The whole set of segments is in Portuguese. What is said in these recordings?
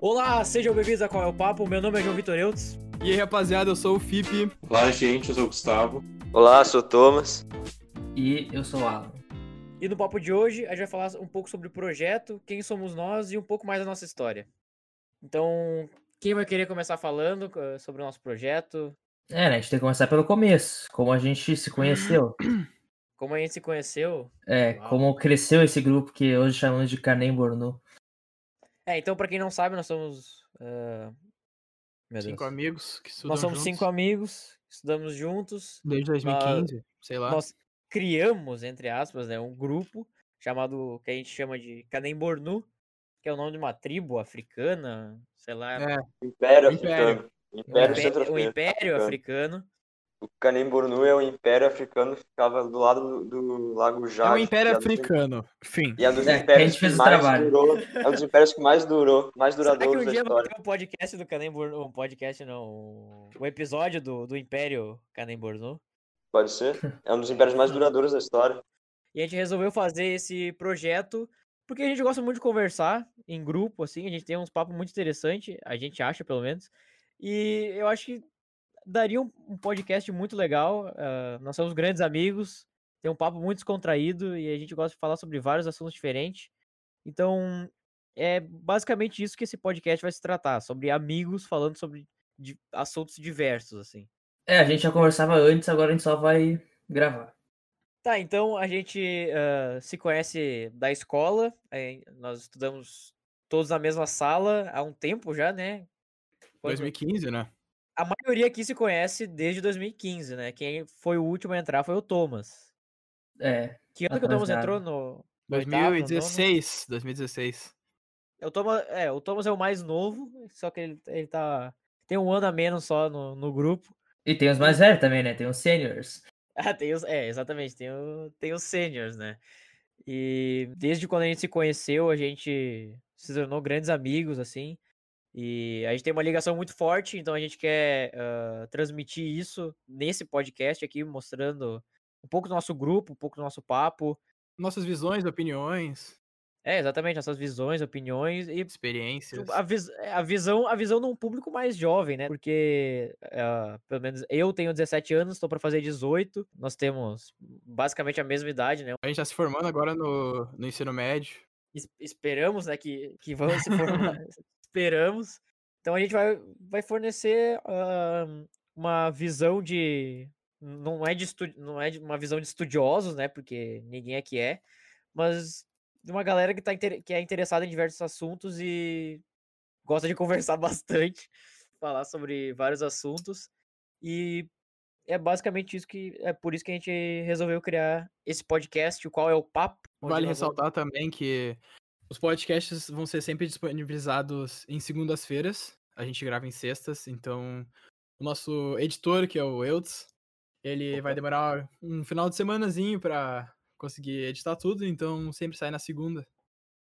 Olá, sejam bem-vindos a Qual é o Papo? Meu nome é João Vitor Eutz. E aí, rapaziada, eu sou o Fipe. Olá, gente, eu sou o Gustavo. Olá, sou o Thomas. E eu sou o Alan. E no papo de hoje, a gente vai falar um pouco sobre o projeto, quem somos nós e um pouco mais da nossa história. Então, quem vai querer começar falando eh, sobre o nosso projeto, É, né? A gente tem que começar pelo começo. Como a gente se conheceu. como a gente se conheceu? É, Uau. como cresceu esse grupo que hoje chamamos de Carnem Bornu. É, então, pra quem não sabe, nós somos. ah, Meu Deus. Cinco amigos que estudam nós somos juntos cinco amigos, estudamos juntos, Desde 2015, sei lá. nós criamos, entre aspas, né, um grupo chamado que a gente chama de Kanembornu, que é o nome de uma tribo africana, sei lá, É, Império. Império africano. um Império impé- centro-africano. né? um império africano. O Canembornu é um império africano que ficava do lado do, do Lago É Jade. um império que é um dos- africano. Fim. E é um dos É, que a impérios gente fez que o mais trabalho. durou. É um dos impérios que mais durou, mais Será que um duradouro da dia vai história. ter um podcast do Kanembornu, um podcast não, um episódio do, do Império Kanembornu? Pode ser? É um dos impérios mais duradouros da história. E a gente resolveu fazer esse projeto porque a gente gosta muito de conversar em grupo, assim, a gente tem uns papos muito interessantes, a gente acha pelo menos. E eu acho que daria um, um podcast muito legal. ah, nós somos grandes amigos, tem um papo muito descontraído e a gente gosta de falar sobre vários assuntos diferentes. Então, é basicamente isso que esse podcast vai se tratar, sobre amigos falando sobre di- assuntos diversos, assim. É, a gente já conversava antes, agora a gente só vai gravar. Tá, então a gente ah, se conhece da escola, eh, nós estudamos todos na mesma sala há um tempo já, né? Quanto- 2015, né? A maioria aqui se conhece desde 2015, né? Quem foi o último a entrar foi o Thomas. É, Que ano que o Thomas entrou Atrasado. no. no oitavo, no nono? 2016. 2016. O Thomas, é, o Thomas é o mais novo, só que ele, ele tá. Tem um ano a menos só no, no grupo. e tem os mais velhos também, né? Tem os seniors. Ah, tem os, é, exatamente, tem, o, tem os seniors, né? E desde quando a gente se conheceu, a gente se tornou grandes amigos, assim. E a gente tem uma ligação muito forte, então a gente quer ah, transmitir isso nesse podcast aqui, mostrando um pouco do nosso grupo, um pouco do nosso papo. Nossas visões, opiniões, É, exatamente, nossas visões, opiniões e experiências. a, vis- é, a visão a visão de um público mais jovem, né? Porque, ah, pelo menos, eu tenho 17 anos, estou para fazer 18. Nós temos basicamente a mesma idade, né? A gente tá se formando agora no, no ensino médio. es- esperamos, né, que, que vão se formar, esperamos. Então a gente vai, vai fornecer ah, uma visão de não é de estu, não é de uma visão de estudiosos, né, porque ninguém aqui é, mas de uma galera que tá inter- que é interessada em diversos assuntos e gosta de conversar bastante, falar sobre vários assuntos e é basicamente isso que é por isso que a gente resolveu criar esse podcast, o qual é o papo. onde Vale nós vamos- ressaltar também que os podcasts vão ser sempre disponibilizados em segundas-feiras. A gente grava em sextas, então o nosso editor, que é o Eutz, ele vai demorar um final de semanazinho pra conseguir editar tudo, então sempre sai na segunda.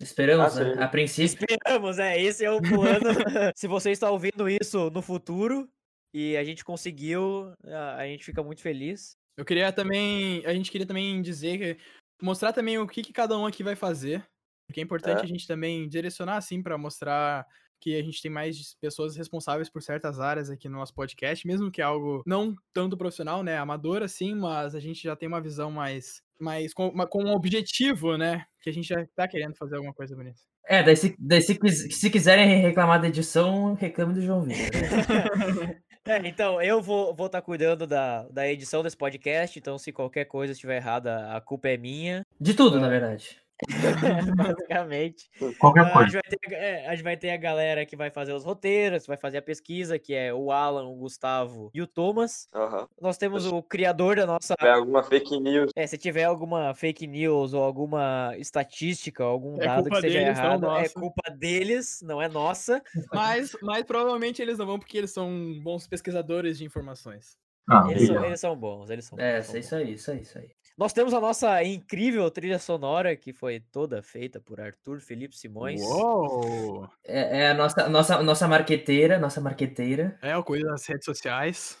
Esperamos, Ah, né? sim. A princípio. Esperamos, é, esse é o plano. Se você está ouvindo isso no futuro e a gente conseguiu, a, a gente fica muito feliz. Eu queria também, a gente queria também dizer, que- mostrar também o que, que cada um aqui vai fazer, porque é importante É. a gente também direcionar assim pra mostrar que a gente tem mais dis- pessoas responsáveis por certas áreas aqui no nosso podcast, mesmo que é algo não tanto profissional, né, amador assim, mas a gente já tem uma visão mais mais com, uma- com um objetivo, né, que a gente já tá querendo fazer alguma coisa bonita. É, daí se, daí se, quis- se quiserem reclamar da edição, reclame do João Vitor. né? É, então, eu vou estar cuidando da, da edição desse podcast, então se qualquer coisa estiver errada, a culpa é minha, De tudo, na verdade. basicamente. Qualquer Ah, a, coisa. gente vai ter, a- é, a gente vai ter a galera que vai fazer os roteiros, vai fazer a pesquisa, que é o Alan, o Gustavo e o Thomas. Aham. Nós temos o criador da nossa Se tiver alguma fake news, É, se tiver alguma fake news ou alguma estatística, algum É dado que culpa seja deles, não errado, é nossa. culpa deles, não é nossa. Mas, mas provavelmente eles não vão porque eles são bons pesquisadores de informações. Ah, Eles são, legal. eles são bons, eles são É, bons, isso são é isso aí, isso aí, isso aí. bons. Nós temos a nossa incrível trilha sonora, que foi toda feita por Arthur Felipe Simões. Uou! É, é a nossa, a nossa, a nossa marqueteira, nossa marqueteira. É, o coisa das redes sociais.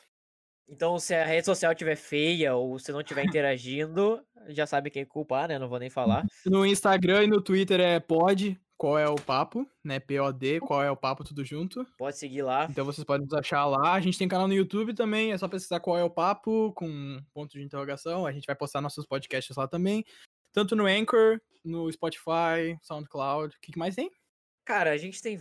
Então, se a rede social estiver feia ou se não estiver interagindo, já sabe quem culpar, né? Não vou nem falar. No Instagram e no Twitter é pod, qual é o papo, né? POD, qual é o papo, tudo junto. Pode seguir lá. Então vocês podem nos achar lá. A gente tem canal no YouTube também, é só pesquisar qual é o papo, com ponto de interrogação. A gente vai postar nossos podcasts lá também. Tanto no Anchor, no Spotify, SoundCloud. O que que mais tem? Cara, a gente tem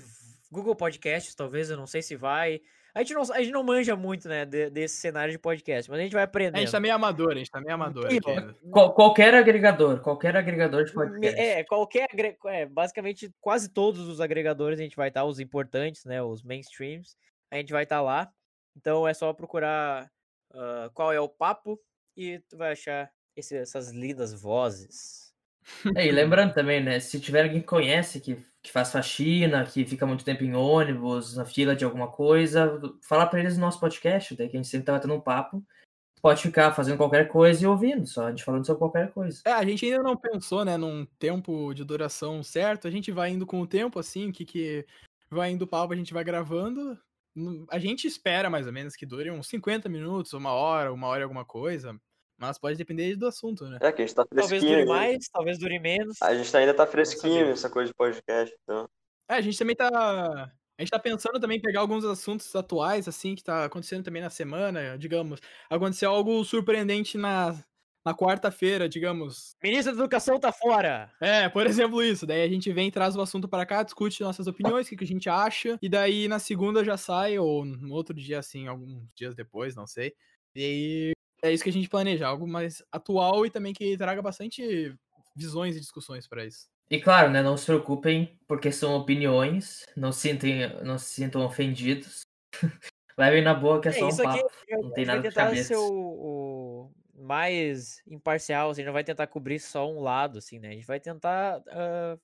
Google Podcasts, talvez, eu não sei se vai. A gente não, a gente não manja muito, né, de- desse cenário de podcast, mas a gente vai aprendendo. A gente tá meio amador, a gente tá meio amador Sim, aqui ó. ainda. Qual- qualquer agregador, qualquer agregador de Me- podcast. Hum. É, qualquer agre- é, basicamente quase todos os agregadores a gente vai estar, os importantes, né? Os mainstreams, a gente vai estar lá. Então é só procurar ah, qual é o papo e tu vai achar esse- essas lindas vozes. É, e lembrando também, né? Se tiver alguém que conhece, que, que faz faxina, que fica muito tempo em ônibus, na fila de alguma coisa, fala pra eles no nosso podcast, daí que a gente sempre tá batendo um papo. Pode ficar fazendo qualquer coisa e ouvindo, só a gente falando sobre qualquer coisa. É, a gente ainda não pensou, né, num tempo de duração certo. A gente vai indo com o tempo, assim, o que que vai indo o papo, a gente vai gravando. No- A gente espera mais ou menos que dure uns 50 minutos, uma hora, uma hora e alguma coisa. Mas pode depender do assunto, né? É que a gente tá Talvez fresquinho. dure ainda. mais, talvez dure menos. A gente ainda tá fresquinho sabemos. nessa coisa de podcast, então. É, a gente também tá. A gente tá pensando também em pegar alguns assuntos atuais, assim, que tá acontecendo também na semana, digamos. Aconteceu algo surpreendente na, na quarta-feira, digamos. Ministro da Educação tá fora! É, por exemplo, isso. Daí a gente vem, traz o assunto pra cá, discute nossas opiniões, o que, que a gente acha. E daí na segunda já sai, ou no outro dia, assim, alguns dias depois, não sei. E aí é isso que a gente planeja, algo mais atual e também que traga bastante visões e discussões pra isso. E claro, né? Não se preocupem, porque são opiniões, não se, sentem, não se sintam ofendidos. Levem na boa que é, É, só um isso aqui papo. a não gente vai tem nada de tentar cabeça. ser o, o mais imparcial, assim, não vai tentar cobrir só um lado, assim, né? A gente vai tentar ah,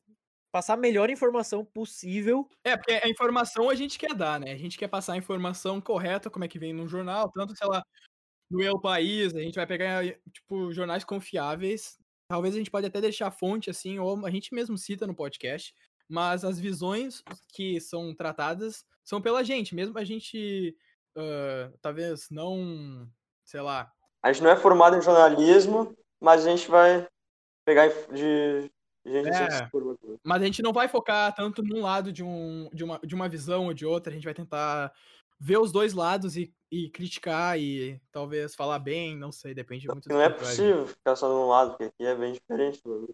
passar a melhor informação possível É, porque a informação a gente quer dar, né? A gente quer passar a informação correta, como é que vem num jornal, tanto, sei lá, no El País, a gente vai pegar, tipo, jornais confiáveis. Talvez a gente pode até deixar a fonte, assim, ou a gente mesmo cita no podcast, mas as visões que são tratadas são pela gente, mesmo a gente, ah, talvez não, sei lá, A gente não é formado em jornalismo, mas a gente vai pegar inf- de. Gente, É. que se forma. Mas a gente não vai focar tanto num lado de, um, de, uma, de uma visão ou de outra. A gente vai tentar ver os dois lados e, e criticar e talvez falar bem, não sei, depende muito não é que tu vai ver. possível ficar só num lado, porque aqui é bem diferente. Mano.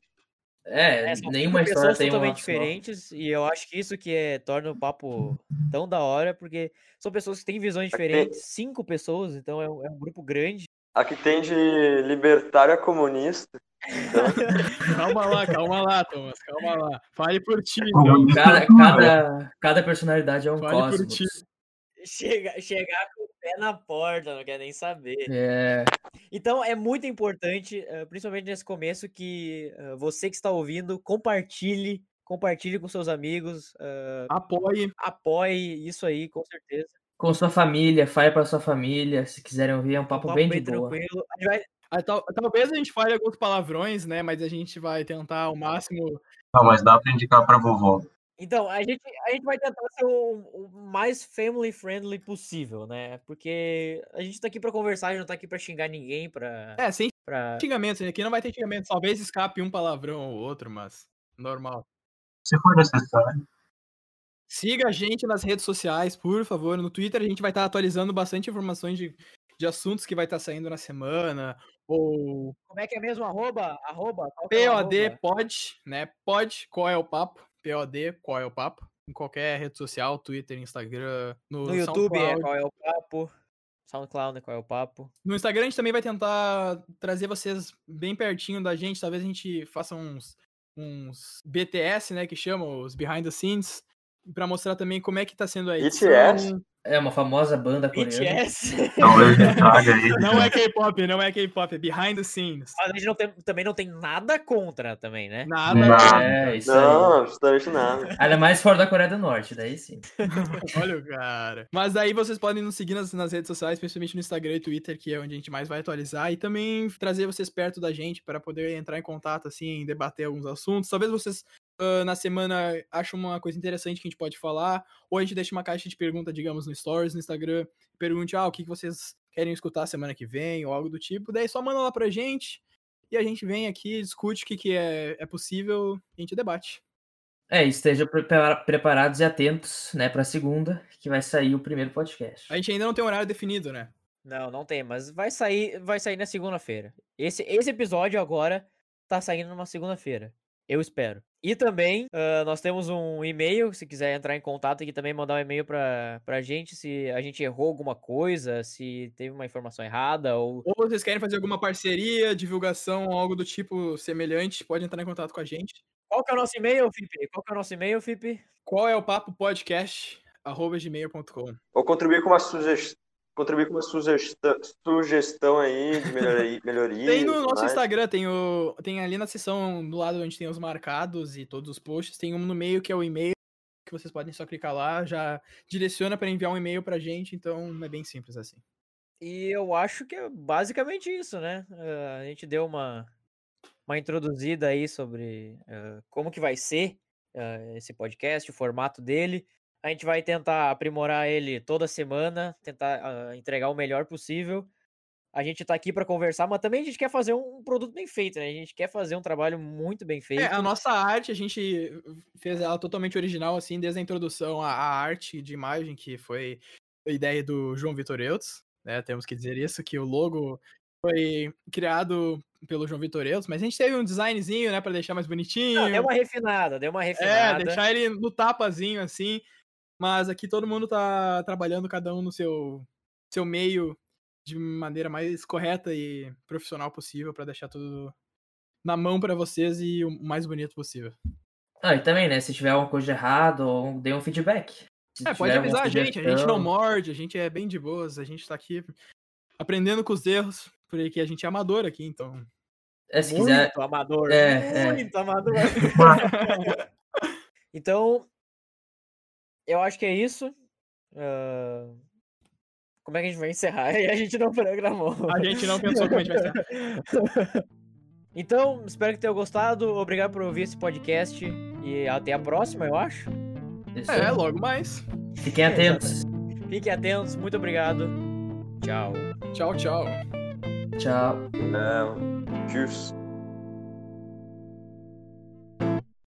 É, É, são nenhuma cinco história pessoas tem um totalmente lado só. diferentes e eu acho que isso que é, torna o papo tão da hora, porque são pessoas que têm visões Aqui tem- diferentes, cinco pessoas, então é um, é um grupo grande. Aqui tem de libertário a comunista. Calma lá, calma lá, Thomas, calma lá. Fale por ti, meu. Comunista Cada, puro. cada, cada personalidade é um Fale por ti. cosmos. Chega, chegar com o pé na porta, não quer nem saber. É, Então é muito importante, eh, principalmente nesse começo, que eh, você que está ouvindo, compartilhe, compartilhe com seus amigos, eh, então. Apoie. apoie isso aí, com certeza. com sua família, fale pra sua família, se quiserem ouvir, é um Um papo, bem, de boa. tranquilo. A gente vai- Ah, tal- talvez a gente fale alguns palavrões, né? Mas a gente vai tentar ao máximo. Não, mas dá pra indicar pra vovó. Então, a gente, a gente vai tentar ser o, o mais family friendly possível, né? Porque a gente tá aqui pra conversar, a gente não tá aqui pra xingar ninguém, pra. É, sem pra- xingamentos. né, Aqui não vai ter xingamentos. Talvez escape um palavrão ou outro, mas normal. Se for necessário. Siga a gente nas redes sociais, por favor. No Twitter a gente vai estar atualizando bastante informações de, de assuntos que vai estar saindo na semana. Ou Como é que é mesmo? Arroba? Arroba? Qual que é o POD arroba? pode, né? Pode, qual é o papo? POD, qual é o papo? Em qualquer rede social, Twitter, Instagram, no, No YouTube é SoundCloud. qual é o papo. SoundCloud é qual é o papo. No Instagram a gente também vai tentar trazer vocês bem pertinho da gente. Talvez a gente faça uns, uns BTS, né? Que chamam os Behind the Scenes. Pra mostrar também como é que tá sendo a edição. BTS? É uma famosa banda coreana. BTS. Talvez ele traga ele. Não é K-pop, não é K-pop, é behind the scenes. Mas a gente não tem- também não tem nada contra também, né? Nada. Não. É, isso aí. Não, absolutamente nada. Ainda mais fora da Coreia do Norte, daí sim. Olha o cara. Mas aí vocês podem nos seguir nas, nas redes sociais, principalmente no Instagram e Twitter, que é onde a gente mais vai atualizar, e também trazer vocês perto da gente para poder entrar em contato, assim, debater alguns assuntos. Talvez vocês ah, na semana achem uma coisa interessante que a gente pode falar, ou a gente deixa uma caixa de pergunta, digamos, no Stories, no Instagram, pergunte, ah, o que que vocês querem escutar semana que vem, ou algo do tipo. Daí só manda lá pra gente. E a gente vem aqui, discute o que, que é, é possível e a gente debate. É, estejam prepara- preparados e atentos, né, pra segunda, que vai sair o primeiro podcast. A gente ainda não tem um horário definido, né? Não, não tem, mas vai sair, vai sair na segunda-feira. Esse, esse episódio agora tá saindo numa segunda-feira. Eu espero. E também, ah, nós temos um e-mail, se quiser entrar em contato aqui também, mandar um e-mail pra, pra gente, se a gente errou alguma coisa, se teve uma informação errada, ou Ou vocês querem fazer alguma parceria, divulgação, algo do tipo semelhante, pode entrar em contato com a gente. Qual que é o nosso e-mail, Fipe? Qual que é o nosso e-mail, Fipe? Qual é o papo podcast? arroba gmail.com. Ou contribuir com uma sugestão. Contribuir com uma sugestão, sugestão aí de melhoria. melhoria Tem e no tudo nosso mais. Instagram, tem, o, tem ali na seção do lado onde tem os marcados e todos os posts, tem um no meio que é o e-mail, que vocês podem só clicar lá, já direciona para enviar um e-mail pra gente, então é bem simples assim. E eu acho que é basicamente isso, né? Ah, a gente deu uma, uma introduzida aí sobre ah, como que vai ser ah, esse podcast, o formato dele. A gente vai tentar aprimorar ele toda semana, tentar ah, entregar o melhor possível. A gente tá aqui para conversar, mas também a gente quer fazer um, um produto bem feito, né? A gente quer fazer um trabalho muito bem feito. É, a nossa arte, a gente fez ela totalmente original, assim, desde a introdução à, à arte de imagem, que foi a ideia do João Vitor Eutz, né? Temos que dizer isso, que o logo foi criado pelo João Vitor Eutz, mas a gente teve um designzinho, né, pra deixar mais bonitinho. Não, deu uma refinada, deu uma É, refinada. deixar ele no tapazinho, assim. Mas aqui todo mundo tá trabalhando, cada um no seu, seu meio, de maneira mais correta e profissional possível, pra deixar tudo na mão pra vocês e o mais bonito possível. Ah, e também, né, se tiver alguma coisa errada, ou dê um feedback. Se É, pode tiver alguma avisar a gente, a gente não sugestão. morde, a gente é bem de boas, a gente tá aqui aprendendo com os erros, porque a gente é amador aqui, então. É, se muito quiser, amador, É, é. muito amador. então, eu acho que é isso. Ah, Como é que a gente vai encerrar? A gente não programou. A gente não pensou como a gente vai ser. Então, espero que tenham gostado. Obrigado por ouvir esse podcast. E até a próxima, eu acho. isso É, aí. logo mais. Fiquem atentos. Fiquem atentos. Muito obrigado. Tchau. Tchau, tchau. Tchau. Não. Tchau.